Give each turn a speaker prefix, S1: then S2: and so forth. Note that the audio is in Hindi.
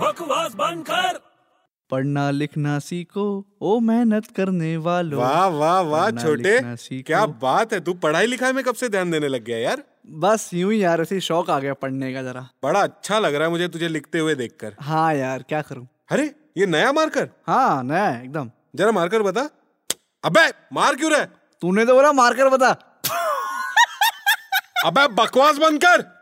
S1: बकवास बंद कर
S2: पढ़ना लिखना सीखो ओ मेहनत करने वालों
S3: वाह वाह वाह
S2: पढ़ना
S3: छोटे
S2: लिखना सीखो।
S3: क्या बात है तू पढ़ाई लिखाई में कब से ध्यान देने लग गया यार
S2: बस यूं ही यार ऐसे ही शौक आ गया पढ़ने का जरा
S3: बड़ा अच्छा लग रहा है मुझे तुझे लिखते हुए देखकर
S2: हाँ यार क्या करूं
S3: अरे ये नया मार्कर
S2: हाँ नया है एकदम
S3: जरा मार्कर बता अबे मार क्यों रहा है
S2: तूने तो बोला मार्कर बता
S3: अबे बकवास बंद कर